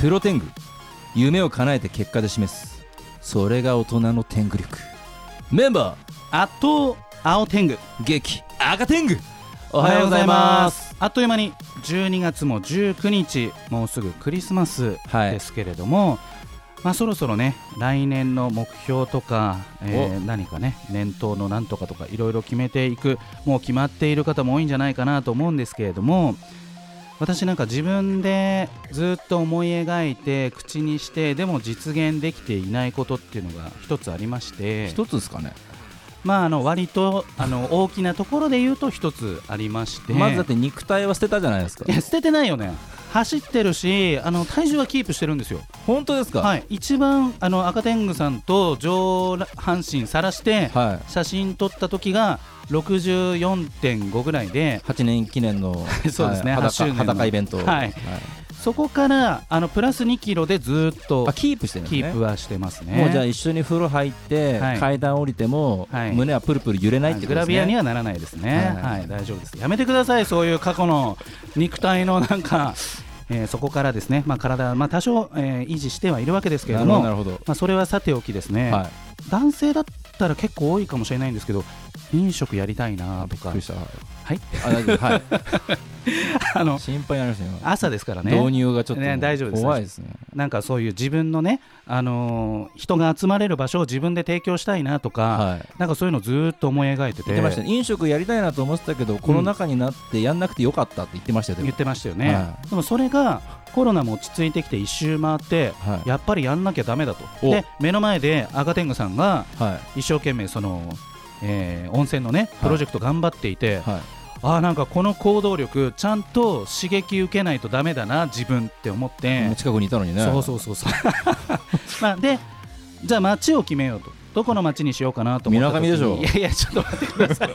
プロテング夢を叶えて結果で示すそれが大人の天狗力メンバあっと青天狗ー激赤天狗おはようございますあっという間に12月も19日もうすぐクリスマスはいですけれども、まあそろそろね来年の目標とか、えー何かね年頭のなんとかとかいろいろ決めていくもう決まっている方も多いんじゃないかなと思うんですけれども私なんか自分でずっと思い描いて口にしてでも実現できていないことっていうのが一つありまして一つですかね、まあ、あの割とあの大きなところで言うと一つありましてまずだって肉体は捨てたじゃないですかいや捨ててないよね走ってるしあの体重はキープしてるんですよ、本当ですかはい、一番あの赤天狗さんと上半身さらしては写真撮った時が64.5ぐらいで8年記念の そうですねはい8裸周年の裸イベントはいそこからあのプラス2キロでずっとあキープしてるんですキねープはしてますねもうじゃあ一緒に風呂入って、はい階段降りても、はい胸はプルプル揺れないってこグとでラすねビアにはならないですね、ははいい大丈夫ですやめてくださいそういう過去の肉体のなんか、えーそこからですね、まあ、体、まあ、多少、えー維持してはいるわけですけれどもなるほどなるまあ、それはさておきですほね、ど、はい男性だったら結構多いかもしれないんですけど飲食やりたいなとびっかくりしたはい、はいあ大丈夫 はいあの心配になりました朝ですから今、導ね入がちょっともうね大丈夫です怖いですねなんかそういう自分のね、あのー人が集まれる場所を自分で提供したいなとか、はいなんかそういうのずーっと思い描いてて言ってましたね飲食やりたいなと思ってたけど、この中になってやんなくてよかったって言ってましたよ言でってましたよね、はでもそれがコロナも落ち着いてきて一周回ってもはいやっぱりやんなきゃだめだとおで目の前で赤天狗さんがは一生懸命その、えー温泉のねプロジェクト頑張っていて、いはいああなんかこの行動力ちゃんと刺激受けないとダメだな自分って思って、近くにいたのにねそうそうそうそう まあでじゃあ街を決めようとどこの街にしようかなと思った時に水上でしょいやいやちょっと待ってください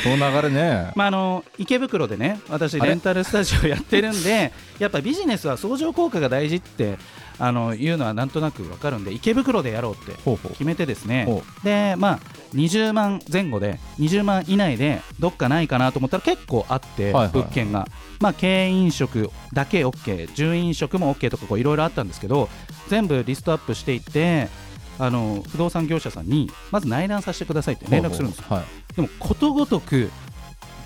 この流れねまああの池袋でね私あれレンタルスタジオやってるんで やっぱビジネスは相乗効果が大事ってあの言うのはなんとなくわかるんで池袋でやろうってほうほう決めてですねほでまあ20万前後で20万以内でどっかないかなと思ったら結構あっはて、いはい物件がまあ軽飲食だけ OK 純飲食も OK とかこういろいろあったんですけど全部リストアップしていってあの不動産業者さんにまず内覧させてくださいって連絡するんですよほうほでもことごとく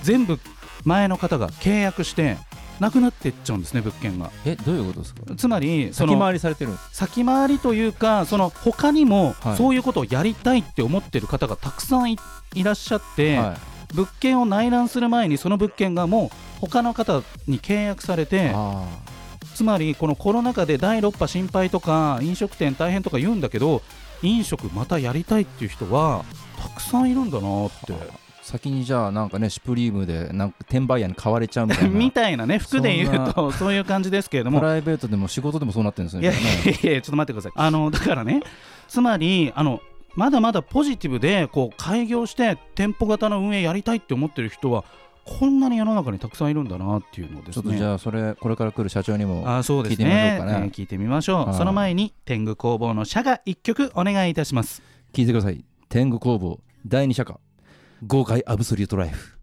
全部前の方が契約してなくなってっちゃうんですね物件がうはいえどういうことですかつまりその先回りされてるんです先回りというかその他にもはいそういうことをやりたいって思ってる方がたくさんいいらっしゃって、は物件を内覧する前にその物件がもう他の方に契約されいてあつまりこのコロナ禍で第6波心配とか飲食店大変とか言うんだけど飲食またやりたいっていう人はたくさんいるんだなってー。先にじゃあなんかねシュプリームでなんか転売屋に買われちゃうみたいなみたいなね服で言 うとそういう感じですけれどもプライベートでも仕事でもそうなってるんですねいやいじゃやいや、ちょっと待ってください。あのだからね、つまりあのまだまだポジティブでこう開業して店舗型の運営やりたいって思ってる人はこんなに世の中にたくさんいるんだなっていうのをあでちょすっとね。じゃあそれこれから来る社長にもあそうです聞いてみまねしょうかねえー聞いてみましょう、はいその前に天狗工房の社が一曲お願いいたします聞いてください天狗工房第二社課豪快アブソリュートライフ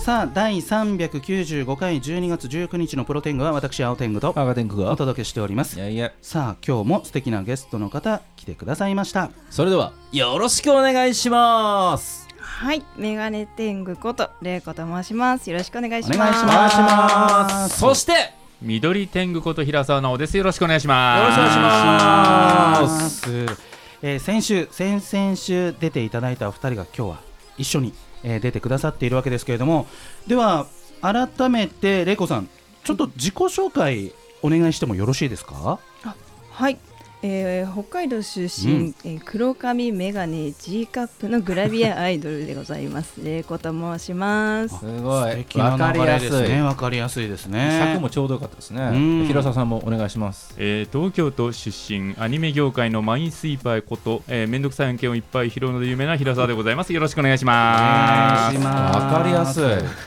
さあ第395回12月19日のプロ天狗は私青天狗と赤天狗おが届けしておりますいやいやさあ今日も素敵なゲストの方来てくださいましたそれではよろしくお願いしますはい、メガネ天狗こと玲子と申します。よろしくお願いしまおす。願いしおま願いすしますそしてよ緑天狗こと平沢直ですよろしくお願いしますろしくお願いしますえー先週、先々週出ていただいたお二人が今日は一緒に、えー出てくださっているわけですけれども、では改めてレイコさん、ちょっと自己紹介お願いしてもよろしいですか？はい、えー、北海道出身、うんえー黒髪メガネ G カップのグラビアアイドルでございます。玲子と申します。すご素い敵な流れですね。わわかりやすいですね。尺もちょうどよかったですうねん広沢さんもお願いしますえー東京都出身アニメ業界のマインスイーパーこと、えー、めんどくさい案件をいっぱい拾うので有名な平沢でございますよろしくお願いしおま願すいします。わかりやすい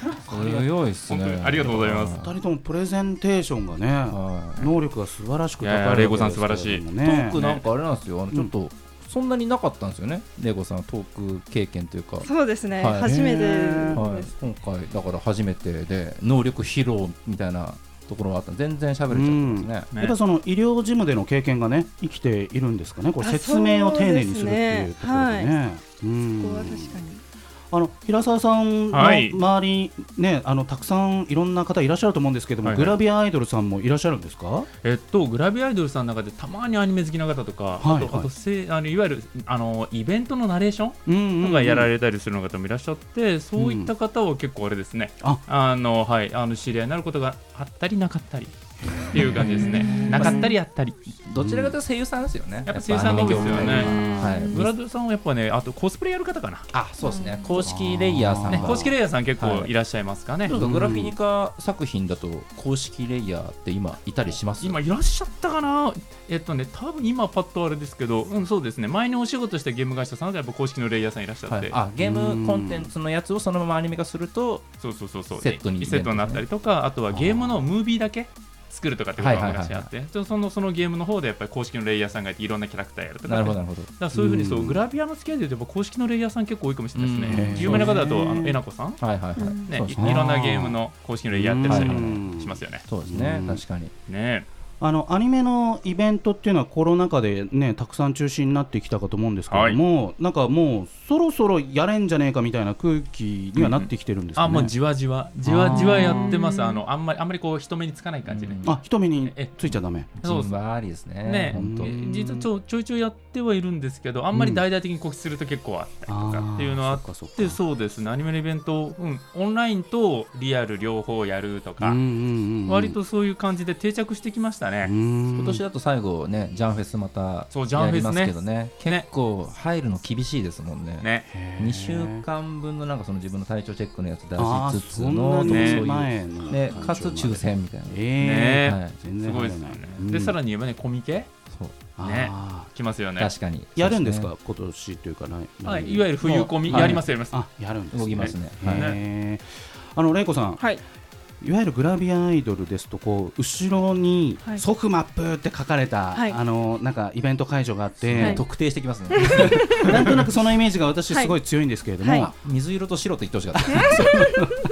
強いです本ね当にありがとうございますお二人ともプレゼンテーションがね、は能力が素晴らしく高いいやいやレイコさんわけですけれどもいトねークなんかあれなんですよあのちょっとそんなになかったんですよねレゴさんトーク経験というか、はい、そうですね、はい初めてへでーす、今回だから初めてで能力披露みたいなところはあった全然喋れちゃうんですね、ねやっぱその医療事務での経験がね生きているんですかねこうあ説明を丁寧にするっていうところでそうですねね。うんここは確かにあの平沢さんのはい周りにね、あのたくさんいろんな方いらっしゃると思うんですけども、はいはグいラビアアイドルさんもいらっしゃるんですか？えっと、グラビアアイドルさんの中でたまにアニメ好きな方とか、はいあとあはいとせあのいわゆるあのイベントのナレーションうんとかやられたりする方もいらっしゃって、そういった方は結構あれですね、ああのはい、あの知り合いになることがあったりなかったりっていう感じですね、なかったりやったり、どちらかというと声優さんですよね、やっぱ声優さんが多いですよねアニメ業界ははいブラドルさんはやっぱね、あとコスプレやる方かな、あそうですね公式レイヤーさんが、ね、公式レイヤーさん結構はいいらっしゃいますかね、なんかうんグラフィニカ作品だと公式レイヤーって今いたりします今いらっしゃったかな、えっとね、多分今、パッとあれですけど、うん、そうですね、前にお仕事したゲーム会社さんでやっぱ公式のレイヤーさんいらっしゃって、はい、あゲームコンテンツのやつをそのままアニメ化するとそうそうそうそうセットにでセットになったりとかあとはゲームのムービーだけ作るとかってことが昔あってでそのそのゲームの方でやっぱり公式のレイヤーさんがいていろんなキャラクターやるとなかってるほどなるほどだからそういうふうにそううんグラビアの付き合いで言うとやっぱ公式のレイヤーさん結構多いかもしれないですうねん有名な方だへとーあのえなこさんはいはいはい、うんねそういですいねろんなゲームの公式のレイヤーやってらっしゃうるんしますよねそうですねうん確かにねあのアニメのイベントっていうのはコロナ禍でねたくさん中止になってきたかと思うんですけれども、なんかもうそろそろやれんじゃねえかみたいな空気にはなってきてるんですかね。あもうじわじわじわじわやってますあのあんまりあんまりこう人目につかない感じねうんあ人目についちゃダメ。そうジンバーありですねね本当うん実はちょちょいちょいやってはいるんですけどあんまり大々的に告知すると結構あったりとかっていうのはあっあーそっかそっかでそうですねアニメのイベント、うん、オンラインとリアル両方やるとか、うんうんうん割とそういう感じで定着してきましたね、今今年だと最後ねジャンフェスまたそうジャンやフェりスねますけどねね結構入るの厳しいですもんねね2週間分のなんかその自分の体調チェックのやつ出しつつあーのそんなねにそういう前のでかつ抽選みたいな、えねはい、ー全す然ごい入でらすよないね、でさらに言えばねコミケそうにね来ますよね確かにやるんですそうか今年というかないはい、いわゆる冬コミ、はいやりますやります、あやるんですね動きますね、はいへーあのレイコさんはいいわゆるグラビアアイドルですとこう後ろにはいソフマップって書かれたはいあのなんかイベント会場があっはてい特定してき ますねなんとなくそのイメージが私すごい強いんですけれどはいもは水色と白って言ってほしかった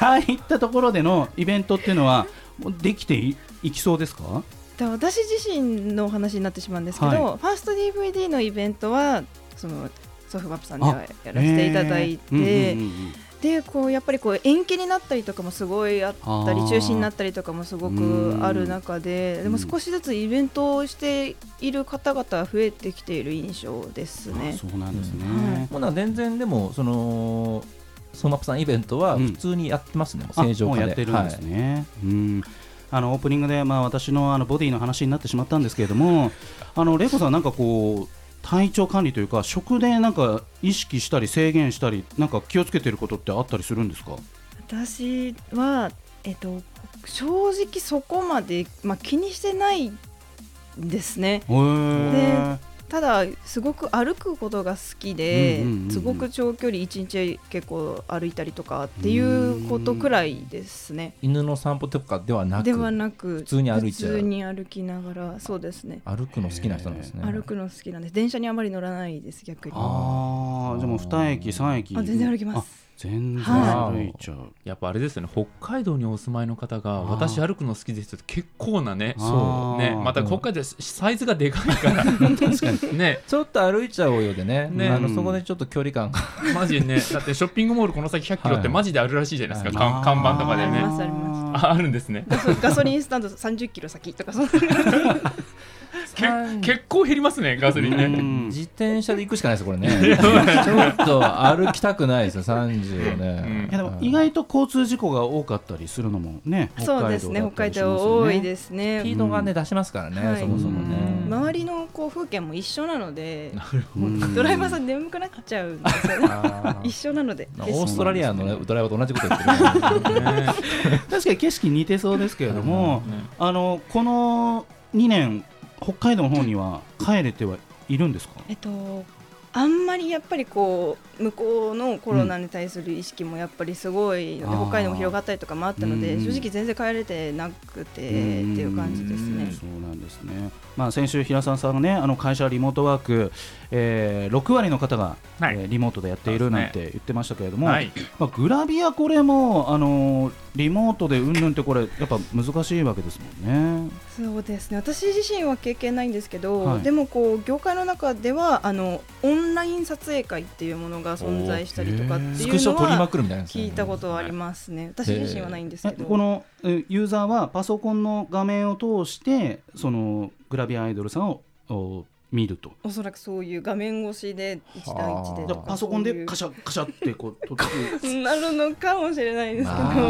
ああいったところでのイベントっていうのはもうできていいきそうですかで私自身のお話になってしまうんですけど、はいファースト DVD のイベントはそのソフマップさんではやらせていただいて、えーうんうんうんうんでこうやっぱりこう延期になったりとかもすごいあったりあー中止になったりとかもすごくある中ででうもん少しずつイベントをしている方々は増えてきている印象ですあね。そうなんですね、はいもうなんか全然でもそのソマップさんイベントはうん普通にやってますね、もうあ正常化もでうやってるんですはいね、うんあのオープニングで、まあ、私のあのボディの話になってしまったんですけれどもあのレイコさんなんかこう体調管理というか食でなんか意識したり制限したりなんか気をつけてることってあったりするんですか私は、えっと、正直そこまで、まあ、気にしてないんですへね。ーただすごく歩くことが好きで、うんうんうんうんすごく長距離一日結構歩いたりとかっていうことくらいですね。犬の散歩とかではなくではなく普通に歩いちゃう普通に歩きながらそうですね歩くの好きな人なんですね歩くの好きなんです電車にあまり乗らないです逆にあああじゃあもう2駅3駅全然歩きますあ全然は歩いちゃう、やっぱあれですよね北海道にお住まいの方があー私歩くの好きですって結構なねそうねまたうん北海道でサイズがでかいからねちょっと歩いちゃおうよでねねあのそこでちょっと距離感がマジでねだってショッピングモールこの先1 0 0キロってマジであるらしいじゃないですか、は看看板とかでありねますありまああるんですねそうガソリンスタンド30キロ 先とかそんなけ結構減りますねガソリンねうん自転車で行くしかないですこれね ちょっと歩きたくないですよ30をうんねいやでも意外と交通事故が多かったりするのもね、そうですねだった北海りしますよね道多いですねスピードがね出しますからはねいそもそもね周りのこう風景も一緒なの でうんドライバーさん眠くなっちゃうんですよねあー 一緒なのでまあでオーストラリアのねドライバーと同じこと言ってるからねね確かに景色似てそうですけれども、ねあのこの2年、北海道の方には帰れてはいるんですかえっとあんまりやっぱりこう向こうのコロナに対する意識もやっぱりすごいので、あー北海道も広がったりとかもあったので、うんうん正直全然帰れてなくてってうんいう感じですね。そうなんですね。まあ先週平沢さんがね、あの会社リモートワーク、えー、6割の方が、はいえーリモートでやっているなんて言ってましたけれども、はい、まあグラビアこれもあのーリモートでうんぬんってこれやっぱ難しいわけですもんね。そうですね私自身は経験ないんですけど、はいでもこう業界の中ではあのオンライン撮影会っていうものが存在したりとかってスいクうショの取りまはくるみたいなやつね聞いたことはありますね私自身はないんですえけど、このえユーザーはパソコンの画面を通してそのグラビアアイドルさんをお見ると。おそらくそういう画面越しで1対1ではあじとゃあかパソコンそういでうカシャカシャってこう撮って なるのかもしれないですけまあど。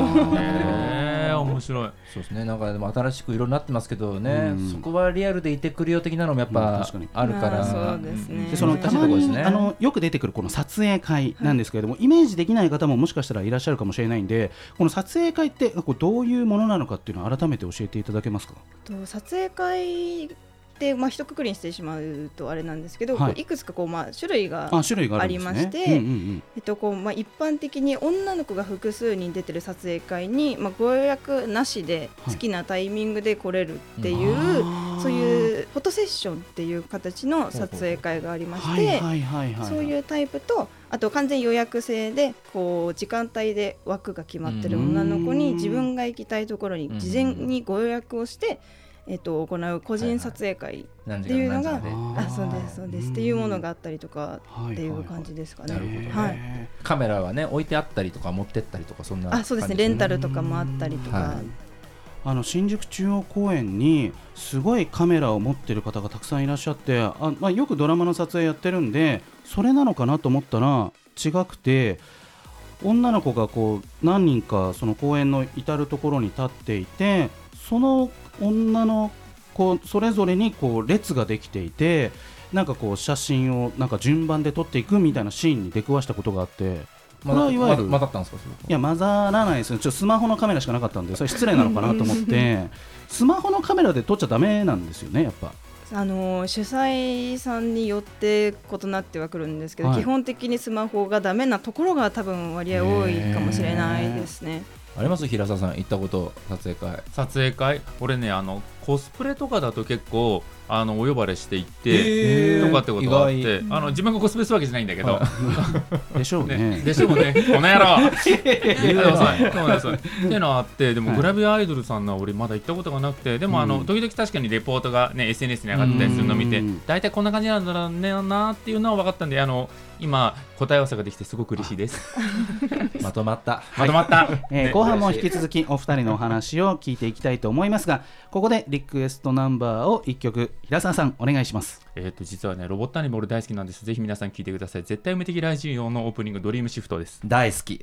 えー、面白いそうですねなんかでも新しくいろいろなってますけどね、うんそこはリアルでいてくるよ的なのもやっうんぱ確かにあるから、まあそうですねでその難たしいまとこにですねあのよく出てくるこの撮影会なんですけれども、イメージできない方ももしかしたらいらっしゃるかもしれないんでこの撮影会ってこうどういうものなのかっていうのを改めて教えていただけますか、と撮影会って、まあ、一括りにしてしまうとあれなんですけど、はいい、いくつかこう、まあ、種類があ種類があるんですねありましてうんうんうんえっとこうまあ、一般的に女の子が複数人出てる撮影会に、まあ、ご予約なしではい好きなタイミングで来れるっていう、あーそういうフォトセッションっていう形の撮影会がありまして、はいはいはいはいそういううタイプとあと完全予約制でこう時間帯で枠が決まってる女の子うにん自分が行きたいところに事前にご予約をして、えっと、行う個人撮影会、何っ時ていう間何のが時間あーあそうですそうですっていうものがあったりとかっていう感じですかね。なるほどねはいでカメラはね置いてあったりとか持ってったりとかそんなあそうです感ねじレンタルとかもあったりとか、はあの新宿中央公園にすごいカメラを持ってる方がたくさんいらっしゃってあ、まあ、よくドラマの撮影やってるんでそれなのかなと思ったら違くて女の子がこう何人かその公園の至る所に立っていてその女の子それぞれにこう列ができていてなんかこう写真をなんか順番で撮っていくみたいなシーンに出くわしたことがあって。これはいわゆるまだったんですかそれいや混ざらないですよちょっとスマホのカメラしかなかったんでそれ失礼なのかなと 思ってスマホのカメラで撮っちゃダメなんですよねやっぱあの主催さんによって異なってはくるんですけど、はい基本的にスマホがダメなところが多分割合多いかもしれないですね。あります平沢さん行ったこと撮影会撮影会俺ねあのコスプレとかだと結構あのお呼ばれしていって、えーとかってことがあっ意てあの自分がコスプレするわけじゃないんだけど、でしょ うね ね、でしょうね、この野郎言うなよはそうなんですよっていうのはあって、でもはいグラビアアイドルさんのは俺、まだ行ったことがなくて、でもあうのん時々確かにレポートが、ね、SNS に上がったりするのを見てうん、大体こんな感じなんだろうなっていうのは分かったんで、あの今、答え合わせができて、すごく嬉しいです。まとまったまとまった、 えーね後半も引き続きお二人のお話を聞いていきたいと思いますがここでリクエストナンバーを1曲平沢さんお願いしますえっと実はね、ロボットアニメ、俺大好きなんです、ぜひ皆さん聞いてください。絶対無敵ラジオのオープニング、ドリームシフトです。大好き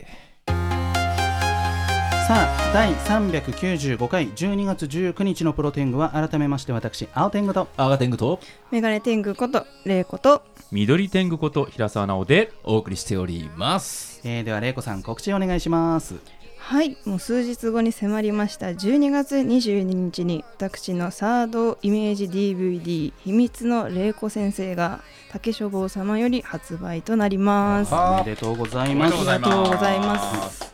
さあ第395回12月19日のプロテングは改めまして私青天狗とアガテングとメガネ天狗ことレイコと緑天狗こと平沢直で、お送りしておりますえーでは玲子さん告知お願いしますはいもう数日後に迫りました12月22日に私のサードイメージ DVD「秘密の玲子先生」が竹書房様より発売となります。あおめでとうございあまりすがりとうがございとますうございます。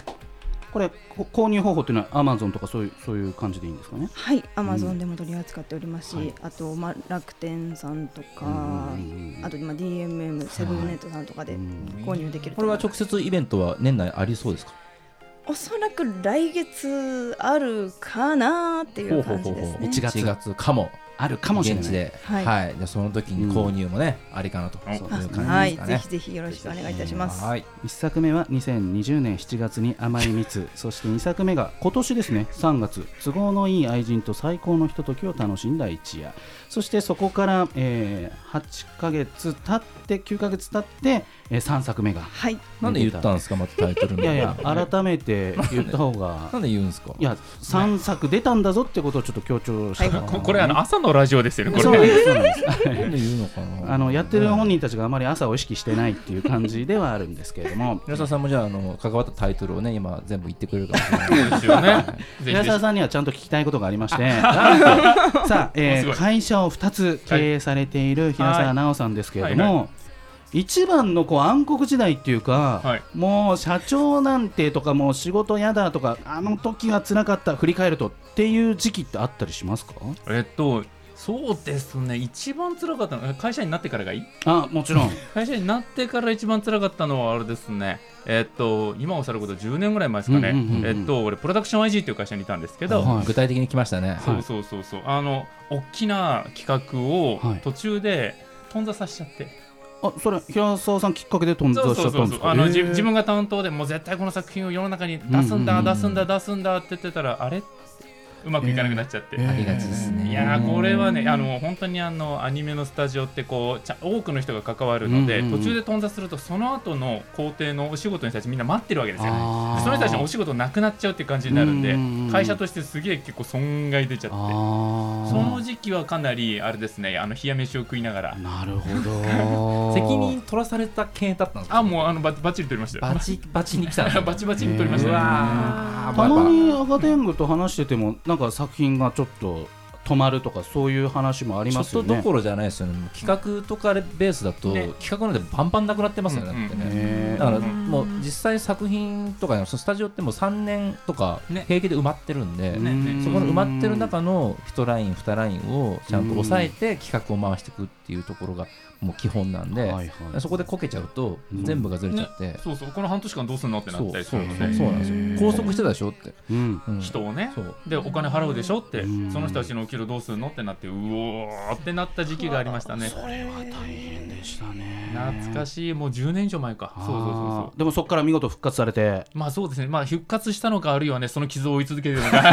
これこ購入方法っていうのはアマゾンとかそういうそういう感じでいいんですかね。はい、アマゾンでも取り扱っておりますし、あと、まあ、楽天さんとか、あと、まあ、DMM、セブンネットさんとかで購入できるとこれ思いはます直接イベントは年内ありそうですかおそらく来月あるかなっていう感じですね。一月1月かもあるかもしれない。現地で、は、はいいじゃあその時に購入もね、ありかなと、うんそうあいう感じですかね。はい、ぜひぜひよろしくお願いいたします。はい、一作目は2020年7月に甘い蜜、 そして二作目が今年ですね3月都合のいい愛人と最高のひとときを楽しんだ一夜。そしてそこから、えー、8ヶ月経って9ヶ月経って、えー、3作目が。はい、なんで言ったんですか、またタイトルの。いやいや改めて言った方が な。んで言うんですか。いや3作出たんだぞってことをちょっと強調したかったここれあの朝のラジオですよね、これ。そうなんですそうなんですなんで言うのかな。あのやってる本人たちがあまり朝を意識してないっていう感じではあるんですけれど も皆沢さんもじゃあ、あの関わったタイトルをね、今全部言ってくれるかもしれない。そうですよね。ぜひ ぜ平ひ沢さんにはちゃんと聞きたいことがありまして なんとさあ、えすーごい会社を2つ経営されている平沢奈緒さんですけれども、一番のこう暗黒時代っていうか、はいもう社長なんてとかもう仕事やだとかあの時は辛かった振り返るとっていう時期ってあったりしますかえっとそうですね一番辛かったのえ会社員になってからがいいあもちろん会社員になってから一番辛かったのはあれですねえっと今おっしゃること10年ぐらい前ですかね、うんうんうんうんえっと俺プロダクション IG っていう会社にいたんですけど、はい具体的に来ましたね。そうそうそうそうあの大きな企画をはい途中で頓挫させちゃって、 あそれ平沢さんきっかけで頓そ挫うしそちゃうったそんでうそうすかあのえー自自分が担当でもう絶対この作品を世の中に出すんだ、うんうんうん出すんだ出すんだって言ってたらあれうまくいかなくなっちゃって、えーありがちですね。いやーこれはねあの本当にあのアニメのスタジオってこうちゃ多くの人が関わるので、うんうんうん途中で頓挫するとその後の工程のお仕事に対してみんな待ってるわけですよあーでその人たちのお仕事なくなっちゃうっていう感じになるんで、うんうんうん会社としてすげえ結構損害出ちゃってあそのー時期はかなりあれですねあの冷や飯を食いながらなるほど 責任取らされた系だったんですかあもうあのババッチリ取りましたよバチバチに来たんで すねバチバチに撮りましたねうわーたまにアカデングと話しててもなんか作品がちょっと止まるとかそういう話もありちょまっすよとねどころじゃないですよね。もう企画とかベースだと、ね企画なんてパンパンなくなってますよね。だってうんうんね。ねだからうんもう実際作品とかのそのスタジオってもう3年とかね平気で埋まってるんで、ねねそこの埋まってる中の1ライン2ラインをちゃんと抑えて企画を回していくっていうところがもう基本なんで、はいはいそこでこけちゃうとうん全部がずれちゃって、そうそうこの半年間どうするのってなそっうたそうりすそうるので、そうなんですよ拘束してたでしょって、うんうん人をねそうでお金払うでしょってうんその人たちのお給料どうするのってなってうおーってなった時期がありましたねそれは大変でしたね懐かしいしいもう10年以上前かそうそうそうそうでもそこから見事復活されてまあそうですね、まあ、復活したのか、あるいはね、その傷を追い続けてる のか、ね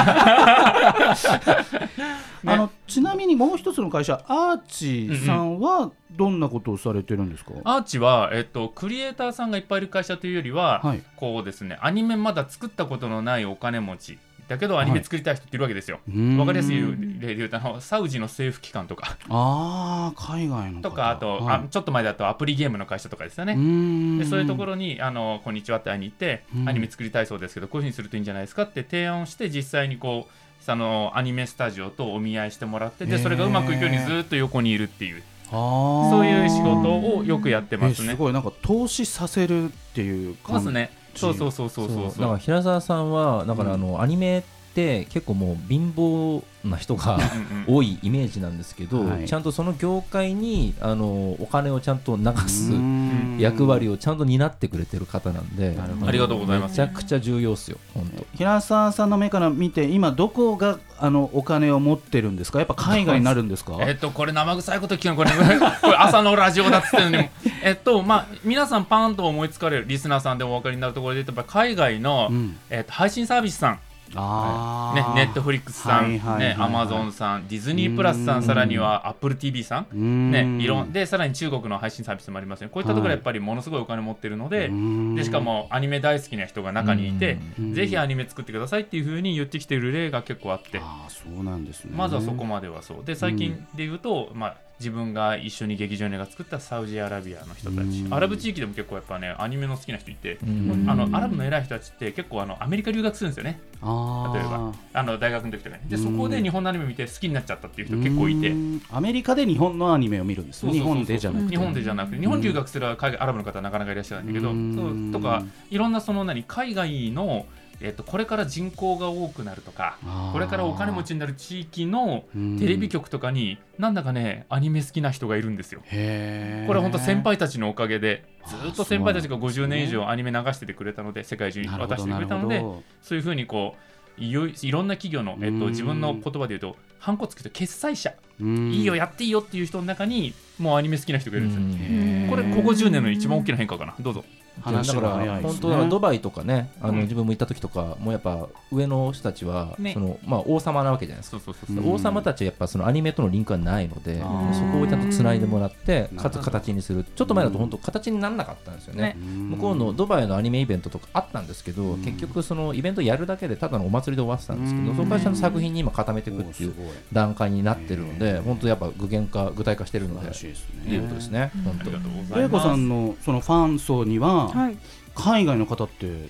あのちなみにもう一つの会社アーチさんはどんなことをされてるんですか、アーチは、えっと、クリエイターさんがいっぱいいる会社というよりは、はいこうですね、アニメまだ作ったことのないお金持ち、だけどアニメ作りたい人っているわけですよ。うんわかりやすい例で言うとあのサウジの政府機関とかああ海外の方とかあと、はいあちょっと前だとアプリゲームの会社とかですよね、んでそういうところにあの「こんにちは」って会いに行って、うんアニメ作りたいそうですけどこういうふうにするといいんじゃないですかって提案をして実際にこうそのアニメスタジオとお見合いしてもらってへでーそれがうまくいくようにずっと横にいるっていうあーそういう仕事をよくやってますえね。すごいなんか投資させるっていうま感じずねそうそうそうそうそうだかそらう平沢さんはだからうんあの、アニメって結構もう貧乏な人 がうんうん多いイメージなんですけど、はいちゃんとその業界にあのお金をちゃんと流すうん役割をちゃんと担ってくれてる方なんで、なるほどありがとうございまめすちゃくちゃ重要っすよ本当平沢さんの目から見て今どこがあのお金を持ってるんですかやっぱ海外になるんですかえっと、これ生臭いこと聞くのこれ これ朝のラジオだっつってんのにえっとまあ皆さんパンと思いつかれるリスナーさんでお分かりになるところで言うとやっぱ海外の、うんえっと、配信サービスさんあねー、ネットフリックスさはいん、はいはいはいね、アマゾンさん、ディズニープラスさうんん、さらにはアップル TV さ、うんんね、いろんでさらに中国の配信サービスもありますね。こういったところはいやっぱりものすごいお金持ってるので、うんでしかもアニメ大好きな人が中にいて、うんぜひアニメ作ってくださいっていうふうに言ってきてる例が結構あって、あーそうなんですねまずはそこまではそう。で、最近で言うと、まあ自分が一緒に劇場に映画作ったサウジアラビアの人たちう、んアラブ地域でも結構やっぱね、アニメの好きな人いて、うんあのアラブの偉い人たちって結構あのアメリカ留学するんですよね。あー例えばあの大学の時とかねでうんそこで日本のアニメ見て好きになっちゃったっていう人結構いてうんアメリカで日本のアニメを見るんですそうね日そうそうそう本でじゃなくて日本でじゃなくて日本留学する海外アラブの方はなかなかいらっしゃらないんだけどうんそうとかいろんなその何海外の、えっと、これから人口が多くなるとかあーこれからお金持ちになる地域のうんテレビ局とかになんだかねアニメ好きな人がいるんですよ。へーこれ本当先輩たちのおかげでずっと先輩たちがあそうなんですね50年以上アニメ流しててくれたので世界中になるほど渡してくれたのなでるほそういうふうにこういよいいろんな企業の、えっうと、ん自分の言葉で言うとハンコつくと決済者どうんいいよやっていいよっていう人の中にもうアニメ好きな人がいるんですよ、へーこれここ10年の一番大きな変化かなどうぞだ話かが早らいで本す当だからねドバイとかねあうんの自分も行った時とかもうやっぱ上の人たちはねそのまあ王様なわけじゃないですかそうそうそううそん王様たちはやっぱそのアニメとのリンクはないのであーそこをちゃんとつないでもらってうんかつ形にするちょっと前だと本当形にならなかったんですよねね向こうのドバイのアニメイベントとかあったんですけどうん結局そのイベントやるだけでただのお祭りで終わってたんですけうどんその会社の作品に今固めていくっていう段階になってるのへでー本当やっぱ具現化具体化してるのでいですいいことですね本ありがとうござい玲子ますさんのそのファン層にははい、海外の方って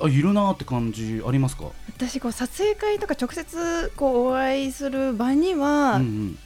あいるなって感じありますか？私こう撮影会とか直接こうお会いする場には、うん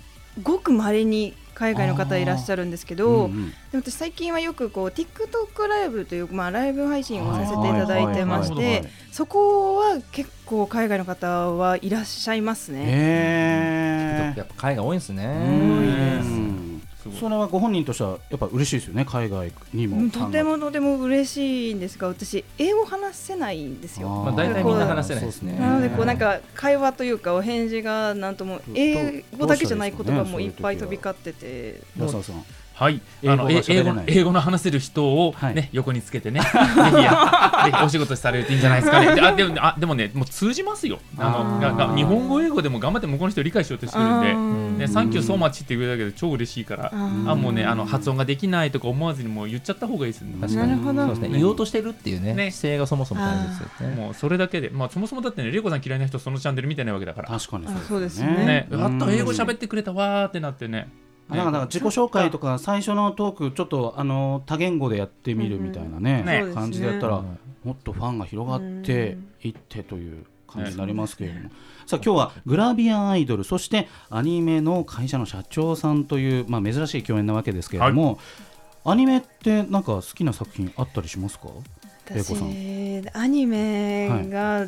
ごく稀に海外の方いらっしゃるんですけうんど、うんでも私最近はよくこう TikTok ライブという、まあ、ライブ配信をさせていただいてましはいはいはいてそこは結構海外の方はいらっしゃいますね。へやっぱ海外多いんですね。えうんすごいそれはご本人としてはやっぱ嬉しいですよね海外にうもんとてもとても嬉しいんですが私英語話せないんですよ。まあ大体みんな話せないですねなのでこうなんか会話というかお返事がなんとも英語だけじゃない言葉もいっぱい飛び交ってて安田さんはい、英語あのがえ喋れな英語いの英語の話せる人を、ねはい横につけてね、ぜひや ぜひお仕事されるといいんじゃないですかね。であでもあでもね、もう通じますよあのあーがが日本語、英語でも頑張って向こうの人を理解しようとしてるんあで、ーね、うんサンキューソーマッチって言うだけで超嬉しいから、ーあもうねあの発音ができないとか思わずにもう言っちゃった方がいいですね。確なかるに。ほそうどですね。ね言おうとしてるっていうねね姿勢がそもそも大事ですよね。もうそれだけで、まあ、そもそもだってね、玲子さん嫌いな人、そのチャンネル見てないわけだから、確かにあそうですねね、あった、英語べ喋ってくれたわーってなってね、あなんかだから自己紹介とか最初のトークちょっとあの多言語でやってみるみたいなね,、ね感じでやっただら、かもっとファンが広がっていってという感じになりますけれども、さあ今日はグラビアアイドルそしてアニメの会社の社長さんという、まあ、珍しい共演なわけですけれども、アニメってなんか好きな作品あったりしますか玲子私さんアニメが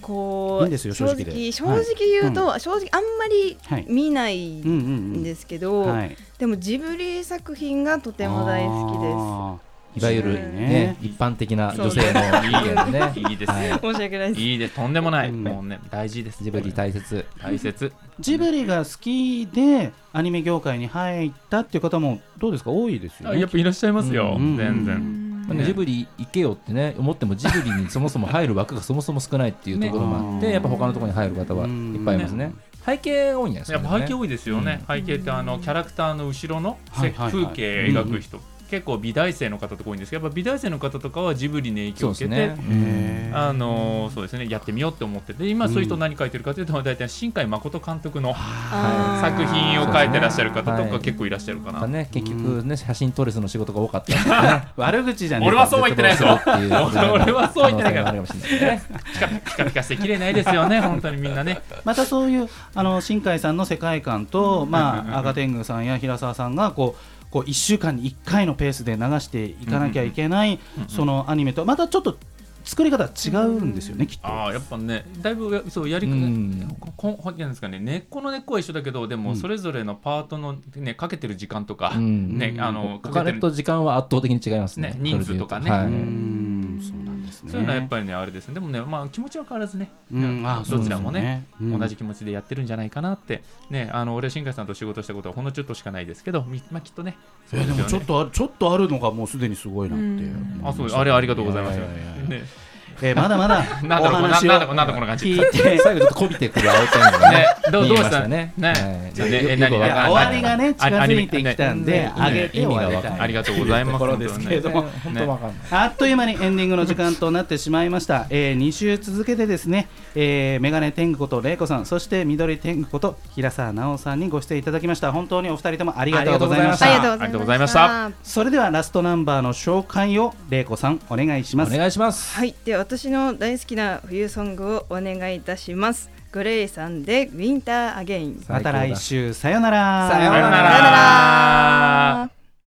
こう、いいんですよ正直で正直正直言うと、正直あんまりはい見ないうんんうんうんですけど、はい、でもジブリ作品がとても大好きであいわゆるね一般的な女性の意見でね。いいですね。す申し訳ないですいいです、とんでもない、うんもうね、大事です。 ジブリ大切。大切。ージブリが好きでアニメ業界に入ったっていう方もどうですか多いですよあねやっぱいらっしゃいますよ、うん全う然。んまあねねジブリ行けよってね思ってもジブリにそもそも入る枠がそもそも少ないっていうところもあって、ねやっぱ他のところに入る方はいっぱいいますね背景多いんじゃないですやか、ね、っぱ背景多いですよね、背景ってあのキャラクターの後ろのはせいはいはい風景描く人、結構美大生の方とか多いんですけど、やっぱ美大生の方とかはジブリに影響を受けそうてです。へーあのーそうですねやってみようって思ってて今そういう人何書いてるかというと大体新海誠監督のあー作品を書いてらっしゃる方はといか結構いらっしゃるかやっぱな。ね結局ね写真トレスの仕事が多かったんでね悪口じゃねえ俺はそうは言ってないぞ。っていうことでね俺はそうは言ってないか可ら。能性もあるかもしれないですねピカピカピカして綺麗ないですよね。本当にみんなね。またそういうあの新海さんの世界観と、うんうんうまんあ、赤天狗さんや平沢さんがこうこう1週間に1回のペースで流していかなきゃいけない、うんうんそのアニメとまたちょっと作り方は違うんですよね、きっと。ああやっぱねだいぶやそうやりく、うんこここなんですかね根っこの根っこは一緒だけどでうもんそれぞれのパートのねかけてる時間とか、うんねうんあのおかけて金ると時間は圧倒的に違いますねね人数とかそねれでう言うとはいんそうなんですね。そういうのはやっぱりねあれですねでもねまあ気持ちは変わらずね、うん、あどちらもね。そうですよ同じ気持ちでやってるんじゃないかなってねあの俺は新海さんと仕事したことはほんのちょっとしかないですけどみまあきっとねうんえでもちょっとあるちょっとあるのがもうすでにすごいなってう思いましたあそうあれありがとうございますややややねえーまだまだお なんだろうななん話をだろうなんだこの感じ聞ねいて 最後ちょっとこびてくる青天狗がねどう見どうえまししたたねねねはいじゃあねよくえ何いいややあ終わりがねあ近づいてきたんで、ね上げて終わり意味がわかたんいないありがとうございますところですけれども、本当わかんないあっという間にエンディングの時間となってしまいました、えー、2週続けてですね、えー、メガネ天狗こと玲子さんそして緑天狗こと平沢直さんにご出演いただきました本当にお二人ともありがとうございましたありがとうございましたありがとうございそれではラストナンバーの紹介を玲子さんお願いしますお願いしますはいでは私の大好きな冬ソングをお願いいたしますグレイさんでウィンターアゲインまた来週さようならさようならさよなら